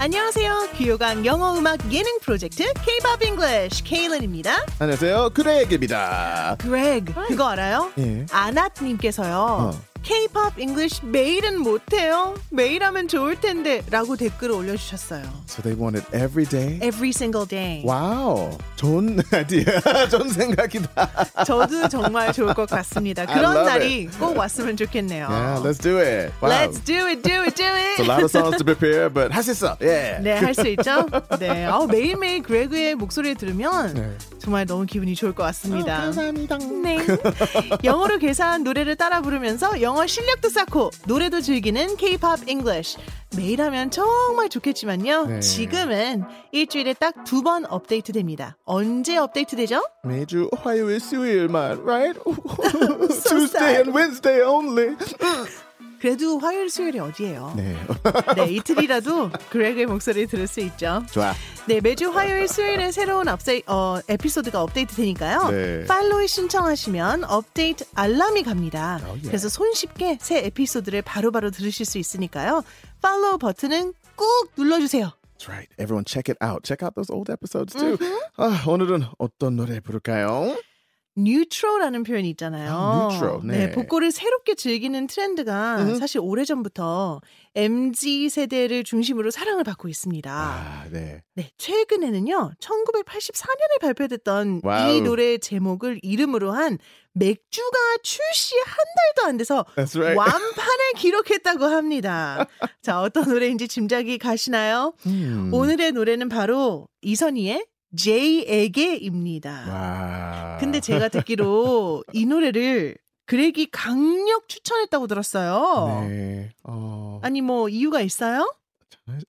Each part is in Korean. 안녕하세요. 귀요강 영어 음악 예능 프로젝트 K-pop English 케일런입니다. 안녕하세요. 그레이입니다. Greg, 그거 알아요? 예. 아나님께서요. 어. K-pop English 매일은 못해요. 매일 하면 좋을 텐데라고 댓글을 올려주셨어요. So they want it every day. Every single day. 와우. 좋은 아이디어. 좋은 생각이다. 저도 정말 좋을 것 같습니다. I 그런 love 날이 꼭 왔으면 좋겠네요. Yeah, let's do it. Wow. Let's do it, do it, do It's a it. lot of songs to prepare, but 할수 있어. Yeah. 네, 할 수 있죠? 네. 아우, 매일매일 그레그의 목소리를 들으면 네. 정말 너무 기분이 좋을 것 같습니다. 어, 감사합니다. 네. 영어로 개사한 노래를 따라 부르면서 영어 실력도 쌓고 노래도 즐기는 K-pop English. 매일 하면 정말 좋겠지만요. 네. 지금은 일주일에 딱 두 번 업데이트 됩니다. 언제 업데이트 되죠? 매주 화요일, 수요일만, right? Tuesday sad. and Wednesday only. 그래도 화요일, 수요일이 어디예요? 네. 네, 이틀이라도 그레그의 목소리 들을 수 있죠. 좋아. 네, 매주 화요일, 수요일에 새로운 업세, 어, 에피소드가 업데이트 되니까요. 네. 팔로이 신청하시면 업데이트 알람이 갑니다. 예. 그래서 손쉽게 새 에피소드를 바로바로 들으실 수 있으니까요. 팔로우 버튼은 꾹 눌러주세요. That's right. Everyone check it out. Check out those old episodes too. Mm-hmm. 아, 오늘은 어떤 노래 부를까요? 뉴트로라는 표현이 있잖아요. 아, neutral, 네. 복고를 새롭게 즐기는 트렌드가 음. 사실 오래전부터 MZ 세대를 중심으로 사랑을 받고 있습니다. 아, 네. 네, 최근에는요, 1984년에 발표됐던 이 와우. 노래의 제목을 이름으로 한 맥주가 출시 한 달도 안 돼서 That's right. 완판을 기록했다고 합니다. 자, 어떤 노래인지 짐작이 가시나요? 음. 오늘의 노래는 바로 이선희의 제이에게입니다. 와. 근데 제가 듣기로 이 노래를 그렉이 강력 추천했다고 들었어요. 네. 어. Oh. 아니, 뭐, 이유가 있어요?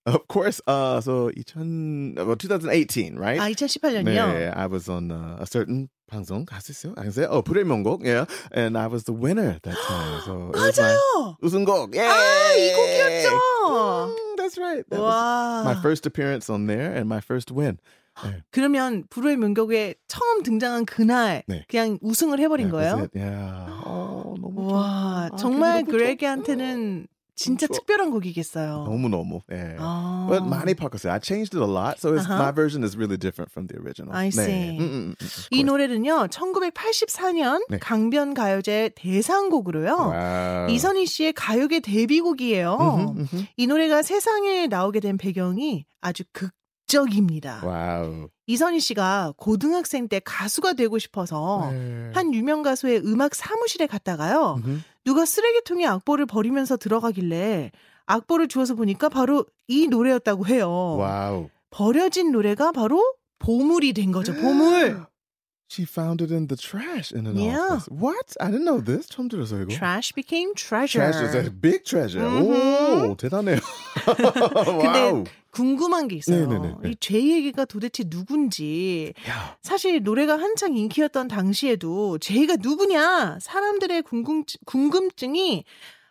Of course. Uh, so 2000, well, 2018, right? 아, 2018년이요? 네, I was on uh, a certain 방송 갔었어요. I can say, oh, 불의명곡, yeah. And I was the winner that time. So it was my 맞아요! 우승곡, yeah. 아, 이 곡이었죠! Mm, that's right. That was 와. my first appearance on there and my first win. 네. 그러면 불후의 명곡에 처음 등장한 그날 네. 그냥 우승을 해버린 That was 거예요? it. Yeah. 어, 너무 좋아. 와 아, 정말 그래도 그레게한테는 진짜 음, 좋아. 특별한 곡이겠어요. 너무 너무. 예. 아. But Manny Parker said I changed it a lot, so it's, Uh-huh. my version is really different from the original. I see. 네. 음, 음, 음, of 이 course. 노래는요 1984년 네. 강변 가요제 대상곡으로요 와우. 이선희 씨의 가요계 데뷔곡이에요. 음흠, 음흠. 이 노래가 세상에 나오게 된 배경이 아주 극적입니다. 와우. 이선희 씨가 고등학생 때 가수가 되고 싶어서 네. 한 유명 가수의 음악 사무실에 갔다가요. 음흠. 누가 쓰레기통에 악보를 버리면서 들어가길래 악보를 주워서 보니까 바로 이 노래였다고 해요. 와우. 버려진 노래가 바로 보물이 된 거죠. 음. 보물. She found it in the trash in an Yeah. office. What? I didn't know this. 처음 들었어요 이거. Trash became treasure. Trash is a big treasure. 음흠. 오 대단해요. 근데 와우. 궁금한 게 있어요. 네네네. 이 제이에게가 도대체 누군지. 야. 사실 노래가 한창 인기였던 당시에도 제이가 누구냐 사람들의 궁금, 궁금증이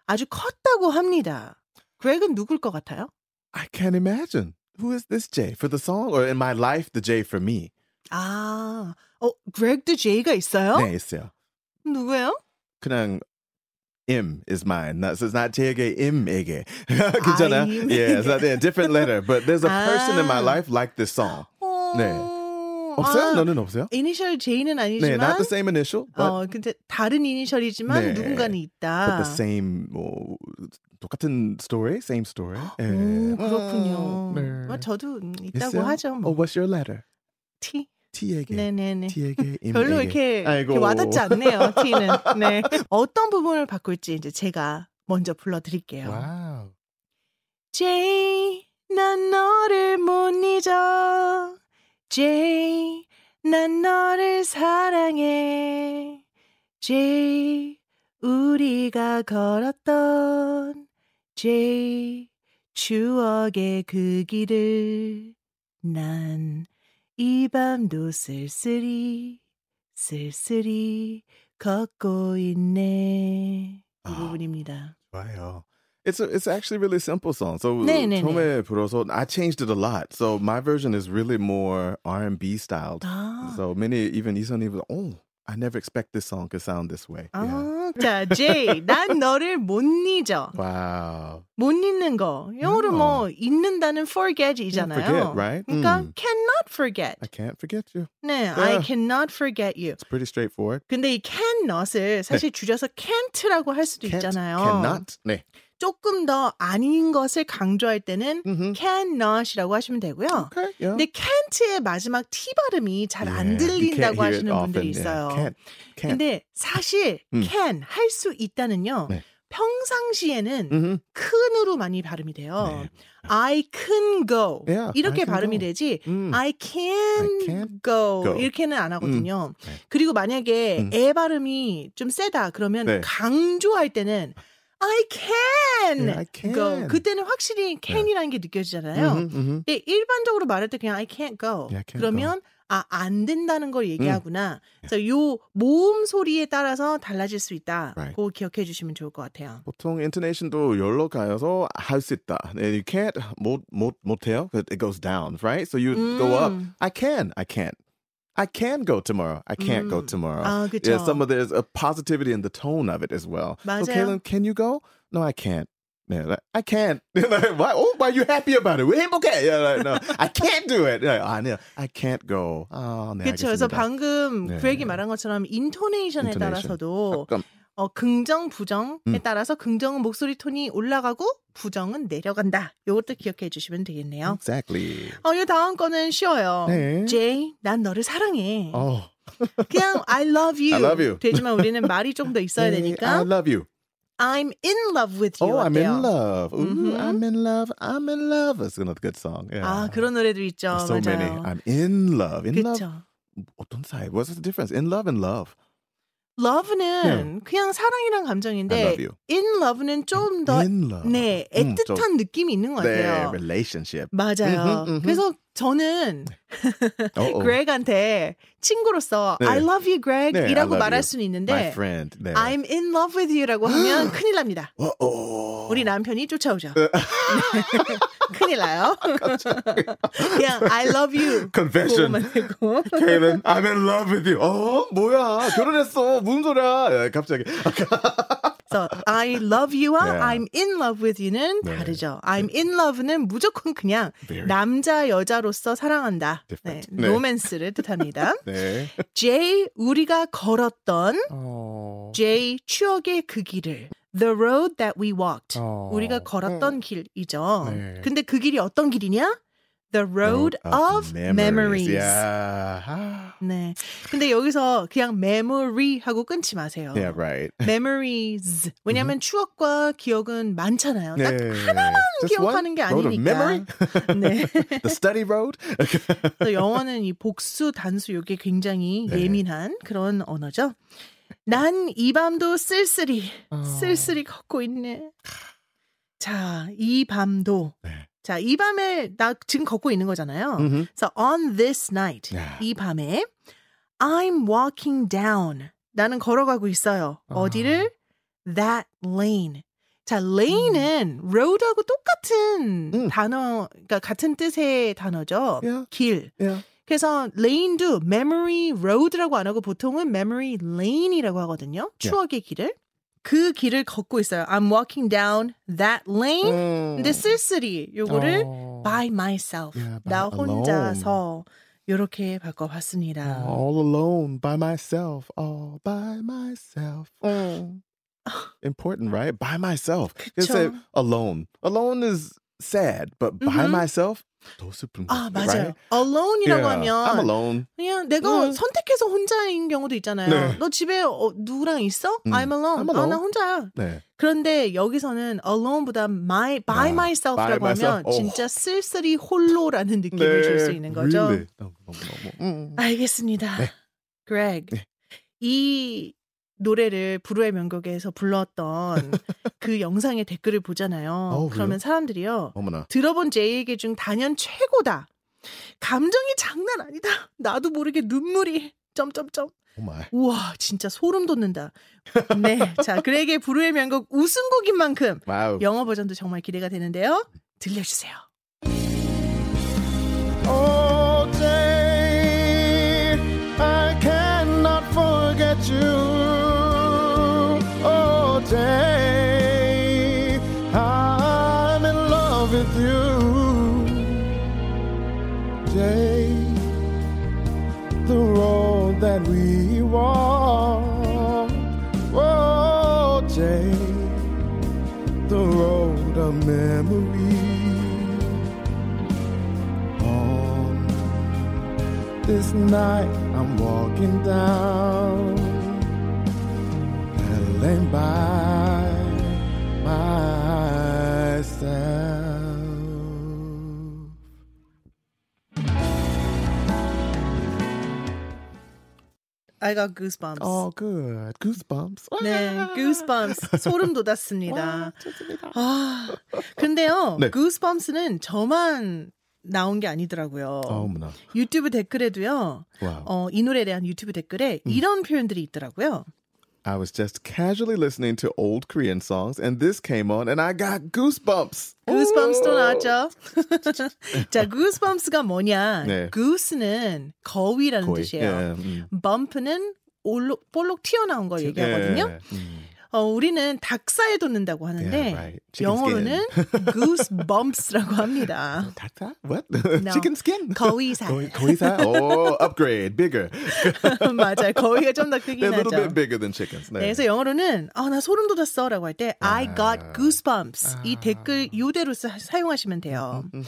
아주 컸다고 합니다. 그렉은 누굴 것 같아요? I can't imagine. Who is this J for the song or in my life the J for me? 아, 어, 그렉도 제이가 있어요? 네 있어요. 누구예요? 그냥 M is mine. Not, so it's not J에게 M에게. 괜찮아요? M에게. yeah, it's not a different letter. But there's a person in my 아. life like this song. 어... 네. 없어요? 너는 없어요? 이니셜 J는 네, 아니지만 not the same initial, but, 어 근데 다른 이니셜이지만 네. 누군가는 있다. but the same 뭐, 똑같은 story, same story. 예. 오 그렇군요. 음, 네. 어, 저도 음, 있다고 있어요? 하죠. Oh, 뭐. what's your letter? T. T에게. 네네네. T에게 M에게. 별로 이렇게, 아이고. 이렇게 와닿지 않네요. T는. 네. 어떤 부분을 바꿀지 이제 제가 먼저 불러드릴게요. 와우. J, 난 너를 못 잊어. J, 난 너를 사랑해. J, 우리가 걸었던 J, 추억의 그 길을 난 이 밤도 쓸쓸히 쓸쓸히 걷고 있네. 이 아. 부분입니다. Wow. It's a, it's actually really simple song. So 네, 네, 처음에 불어서 I changed it a lot. So my version is really more R&B styled. 아. So many even Isan even oh I never expect this song to sound this way. Yeah. 아, 자, J. 난 너를 못 잊어. Wow. 못 잊는 거. 영어로 뭐 No. 잊는다는 forget이잖아요. Forget, right? 아. 그러니까 Mm. cannot forget. I can't forget you. 네, I Yeah. cannot forget you. It's pretty straightforward. 근데 이 cannot을 사실 줄여서 can't라고 할 수도 네. Can't, 있잖아요. cannot. 네. 조금 더 아닌 것을 강조할 때는 Mhm. cannot이라고 하시면 되고요. Okay. Yeah. 근데 can't의 마지막 t 발음이 잘 Yeah, 안 you can't 들린다고 hear it 하시는 분들이 often. Yeah, 있어요. Can't. Can't. 근데 사실 예. 음. can 할 수 있다는요. 네. 평상시에는 Mhm. 큰으로 많이 발음이 돼요. 네. I can go Yeah, 이렇게 I can 발음이 go. 되지. Mm. I can, I can go. go. 이렇게는 안 하거든요. 네. 그리고 만약에 음. 애 발음이 좀 세다 그러면 네. 강조할 때는 I can Yeah, 네, I can. go. 그때는 확실히 can이라는 게 느껴지잖아요. Mhm, mhm. 근데 예, 일반적으로 말할 때 그냥 I can't go. Yeah, I can't 음. 그러면 아 안 된다는 걸 얘기하구나. 그래서 요 모음 소리에 따라서 달라질 수 있다. Right. 그거 기억해 주시면 좋을 것 같아요. 보통 intonation도 열로 가여서 할 수 있다. And you can't 못 못 못해요. 'cause It goes down, right? So you go up. 음. I can. I can't. I can go tomorrow. I can't go Mm. tomorrow. 아 그렇죠. yeah, 예, some of there's a positivity in the tone of it as well. So, 맞아요. Kaylin, can you go? No, I can't. Yeah, like, I can't. Like, why? Oh, why are you happy about it? We're okay. Yeah, like, no, I can't do it. Yeah, I, know. I can't go. Oh, 네, 그렇죠. 그래서 알겠습니다. 방금 네. 그렉이 말한 것처럼 인토네이션에 Intonation. 따라서도 잠깐. 어, 긍정 부정에 음. 따라서 긍정은 목소리 톤이 올라가고 부정은 내려간다. 요것도 기억해 주시면 되겠네요. Exactly. 어, 요 다음 거는 쉬워요. 네. J, 난 너를 사랑해. Oh, 그냥 I love you. I love you. 되지만 우리는 말이 좀 더 있어야 hey, I 되니까 love you. I'm in love with you. Oh, I'm 어때요? in love. Ooh, Mhm. I'm in love. I'm in love. It's another good song. Yeah. 아, 그런 노래도 있죠. There's so 맞아요. many. I'm in love. In love. 그렇죠. 어떤 사이? What's the difference? In love and love. love는 그냥 사랑이란 I 감정인데 love you. in love는 네, 좀 더 in love. 네, 음, 좀- 애틋한 느낌이 있는 것 네, 같아요. relationship. 맞아요. 음흠, 음흠. 그래서 저는 네, 어어. Greg한테 친구로서 네. I love you, Greg 네, I 이라고 love 말할 you. 수는 My 있는데 friend. 네. I'm in love with you라고 하면 큰일 납니다. 어어. 그 우리 남편이 쫓아오죠. 큰일 나요. 그냥 I love you. confession. 그거만 되고. Kaylin, I'm in love with you. 어 뭐야 결혼했어 무슨 소리야? 예, 갑자기 그래서 I love you와 네. I'm in love with you는 네. 다르죠. I'm in love는 무조건 그냥 Very. 남자 여자로서 사랑한다. 네, Different. 네. 로맨스를 뜻합니다. 네. J 우리가 걸었던 어. J 추억의 그 길을 The road that we walked 어. 우리가 걸었던 길이죠. 네. 근데 그 길이 어떤 길이냐? The road, of, memories. Yeah. 아. 네. 근데 여기서 그냥 memory 하고 끊지 마세요. Yeah, right. memories. 왜냐하면 추억과 기억은 많잖아요. 네. 딱 하나만 기억하는 게 아니니까. Memory? 네. The study road? 그래서 영어는 이 복수 단수 요게 굉장히 네. 예민한 그런 언어죠. 난 이 밤도 쓸쓸히 어. 쓸쓸히 걷고 있네. 자, 이 밤도. 네. 자, 이 밤에 나 지금 걷고 있는 거잖아요. 음흠. 그래서 on this night 야. 이 밤에 I'm walking down. 나는 걸어가고 있어요. 아. 어디를? That lane. 자, lane은 road하고 똑같은 음. 단어, 그러니까 같은 뜻의 단어죠. Yeah, 길. yeah. 그래서 lane도 memory road라고 안 하고 보통은 memory lane이라고 하거든요. 예. 추억의 길을. 그 길을 걷고 있어요. I'm walking down that lane. 근데 쓸쓸히 Mm. 요거를 음. 어. by myself. 예, by- 나 alone. Oh. 혼자서 요렇게 바꿔봤습니다. All alone by myself. All by myself. Mm. 음. Important, right? By myself. You say 그쵸. alone. Alone is sad, but by 음흠. myself. 더 슬픈 아 거, 맞아요. right? Alone이라고 Yeah, I'm 하면 alone. 그냥 내가 음. 선택해서 혼자인 경우도 있잖아요. 네. 너 집에 어, 누구랑 있어? 음. I'm alone. I'm 아, 나 alone. 혼자야. 네. 그런데 여기서는 alone보다 my by 아, myself라고 by myself. 하면 오. 진짜 쓸쓸히 홀로라는 느낌을 네, 줄 수 있는 거죠. Really. 너무, 너무, 너무. 음. 알겠습니다. 네. Greg, 네. 이 노래를 불후의 명곡에서 불렀던 그 영상의 댓글을 보잖아요. 그래요? 그러면 사람들이요. 어머나. 들어본 제이에게 중 단연 최고다. 감정이 장난 아니다. 나도 모르게 눈물이 점점점. Oh my. 우와, 진짜 소름 돋는다. 네, 자, 그에게 불후의 명곡 우승곡인 만큼 Wow. 영어 버전도 정말 기대가 되는데요. 들려주세요. Oh, day, I cannot forget. day. I'm in love with you. Day the road that we walk. Oh, Jay, the road of memory. On this night, I'm walking down paddling by myself. I got goosebumps. Oh, good. Goosebumps. 네, Ah. goosebumps. 소름 돋았습니다. 와, 좋습니다. 아, 근데요, 네. goosebumps는 저만 나온 게 아니더라고요. 어머나. 뭐. 유튜브 댓글에도요, 와우. 음. 어, 이 노래에 대한 유튜브 댓글에 이런 표현들이 있더라고요. I was just casually listening to old Korean songs, and this came on, and I got goosebumps. goosebumps도 Ooh. 나왔죠. 자, goosebumps가 뭐냐? 네. goose는 거위라는 거의. 뜻이에요. 예, 음. bump는 올록, 볼록 튀어나온 걸 얘기하거든요. 예, 음. 어, 우리는 닭살에 돋는다고 하는데 Yeah, right. Chicken 영어로는 goosebumps라고 합니다. 닭살? What? No. Chicken skin? 거위살. 거의- 거의살? Oh, upgrade, bigger. 맞아요. 거위가 좀 더 They're 크긴 a little 하죠. bit bigger than chickens. 네, 그래서 영어로는 아 나 소름 돋았어라고 할 때 아. I got goosebumps 이 댓글 요대로 사, 사용하시면 돼요. 음,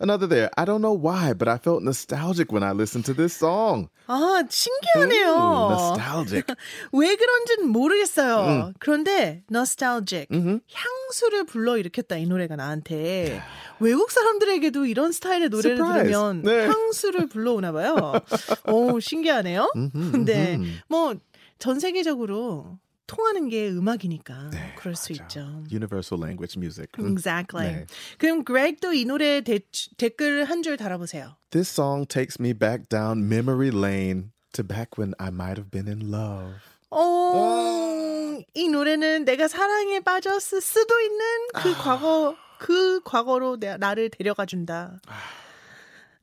Another there. I don't know why, but I felt nostalgic when I listened to this song. 아 Ooh, 신기하네요. nostalgic. 왜 그런지는 음. 모르겠어요. 그런데 nostalgic 향수를 불러 일으켰다 이 노래가 나한테 외국 사람들에게도 이런 스타일의 노래를 Surprise. 들으면 네. 향수를 불러오나 봐요. 오 신기하네요. 근데 뭐 전 세계적으로 통하는 게 음악이니까 네, 그럴 수 있죠. Universal language music. Mm. Exactly. 네. 그럼 Greg도 이 노래 대, 댓글 한 줄 달아보세요. This song takes me back down memory lane to back when I might have been in love. 어, 이 노래는 내가 사랑에 빠졌을 수도 있는 아. 그 과거, 그 과거로 내, 나를 데려가 준다. 아.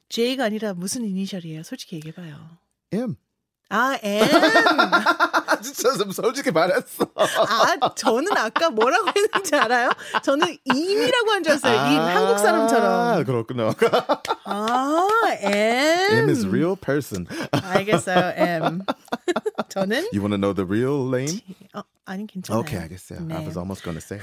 J가 아니라 무슨 이니셜이에요? 솔직히 얘기해봐요. M. 아, M. 아, 진짜 좀 솔직히 말했어. 아, 저는 아까 뭐라고 했는지 알아요? 저는 임이라고 한 줄 알았어요. 임, 한국 아, 사람처럼. Ah, 그렇구나. 아, M. M is real person. 알겠어요, M. 저는 You want to know the real lane? 어, 아니 괜찮아요. Okay, I guess yeah. I 네. was almost going to say.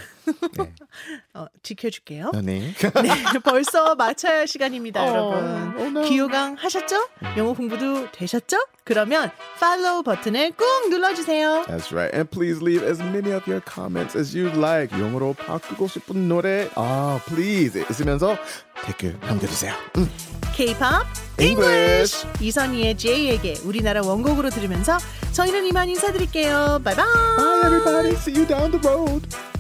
어, 지켜줄게요. 네. 네. 네, 벌써 마쳐야 할 시간입니다, 어, 여러분. 어, no. 기호강 하셨죠? 영어 공부도 되셨죠? 그러면 팔로우 버튼을 꾹 눌러주세요. That's right. And please leave as many of your comments as you like. 영어로 바꾸고 싶은 노래. 아, please. 있으면서 댓글 남겨주세요. 음. K-pop 네. English 이선희의 J에게 우리나라 원곡으로 들으면서 저희는 이만 인사드릴게요. 바이바이. Bye, everybody. See you down the road.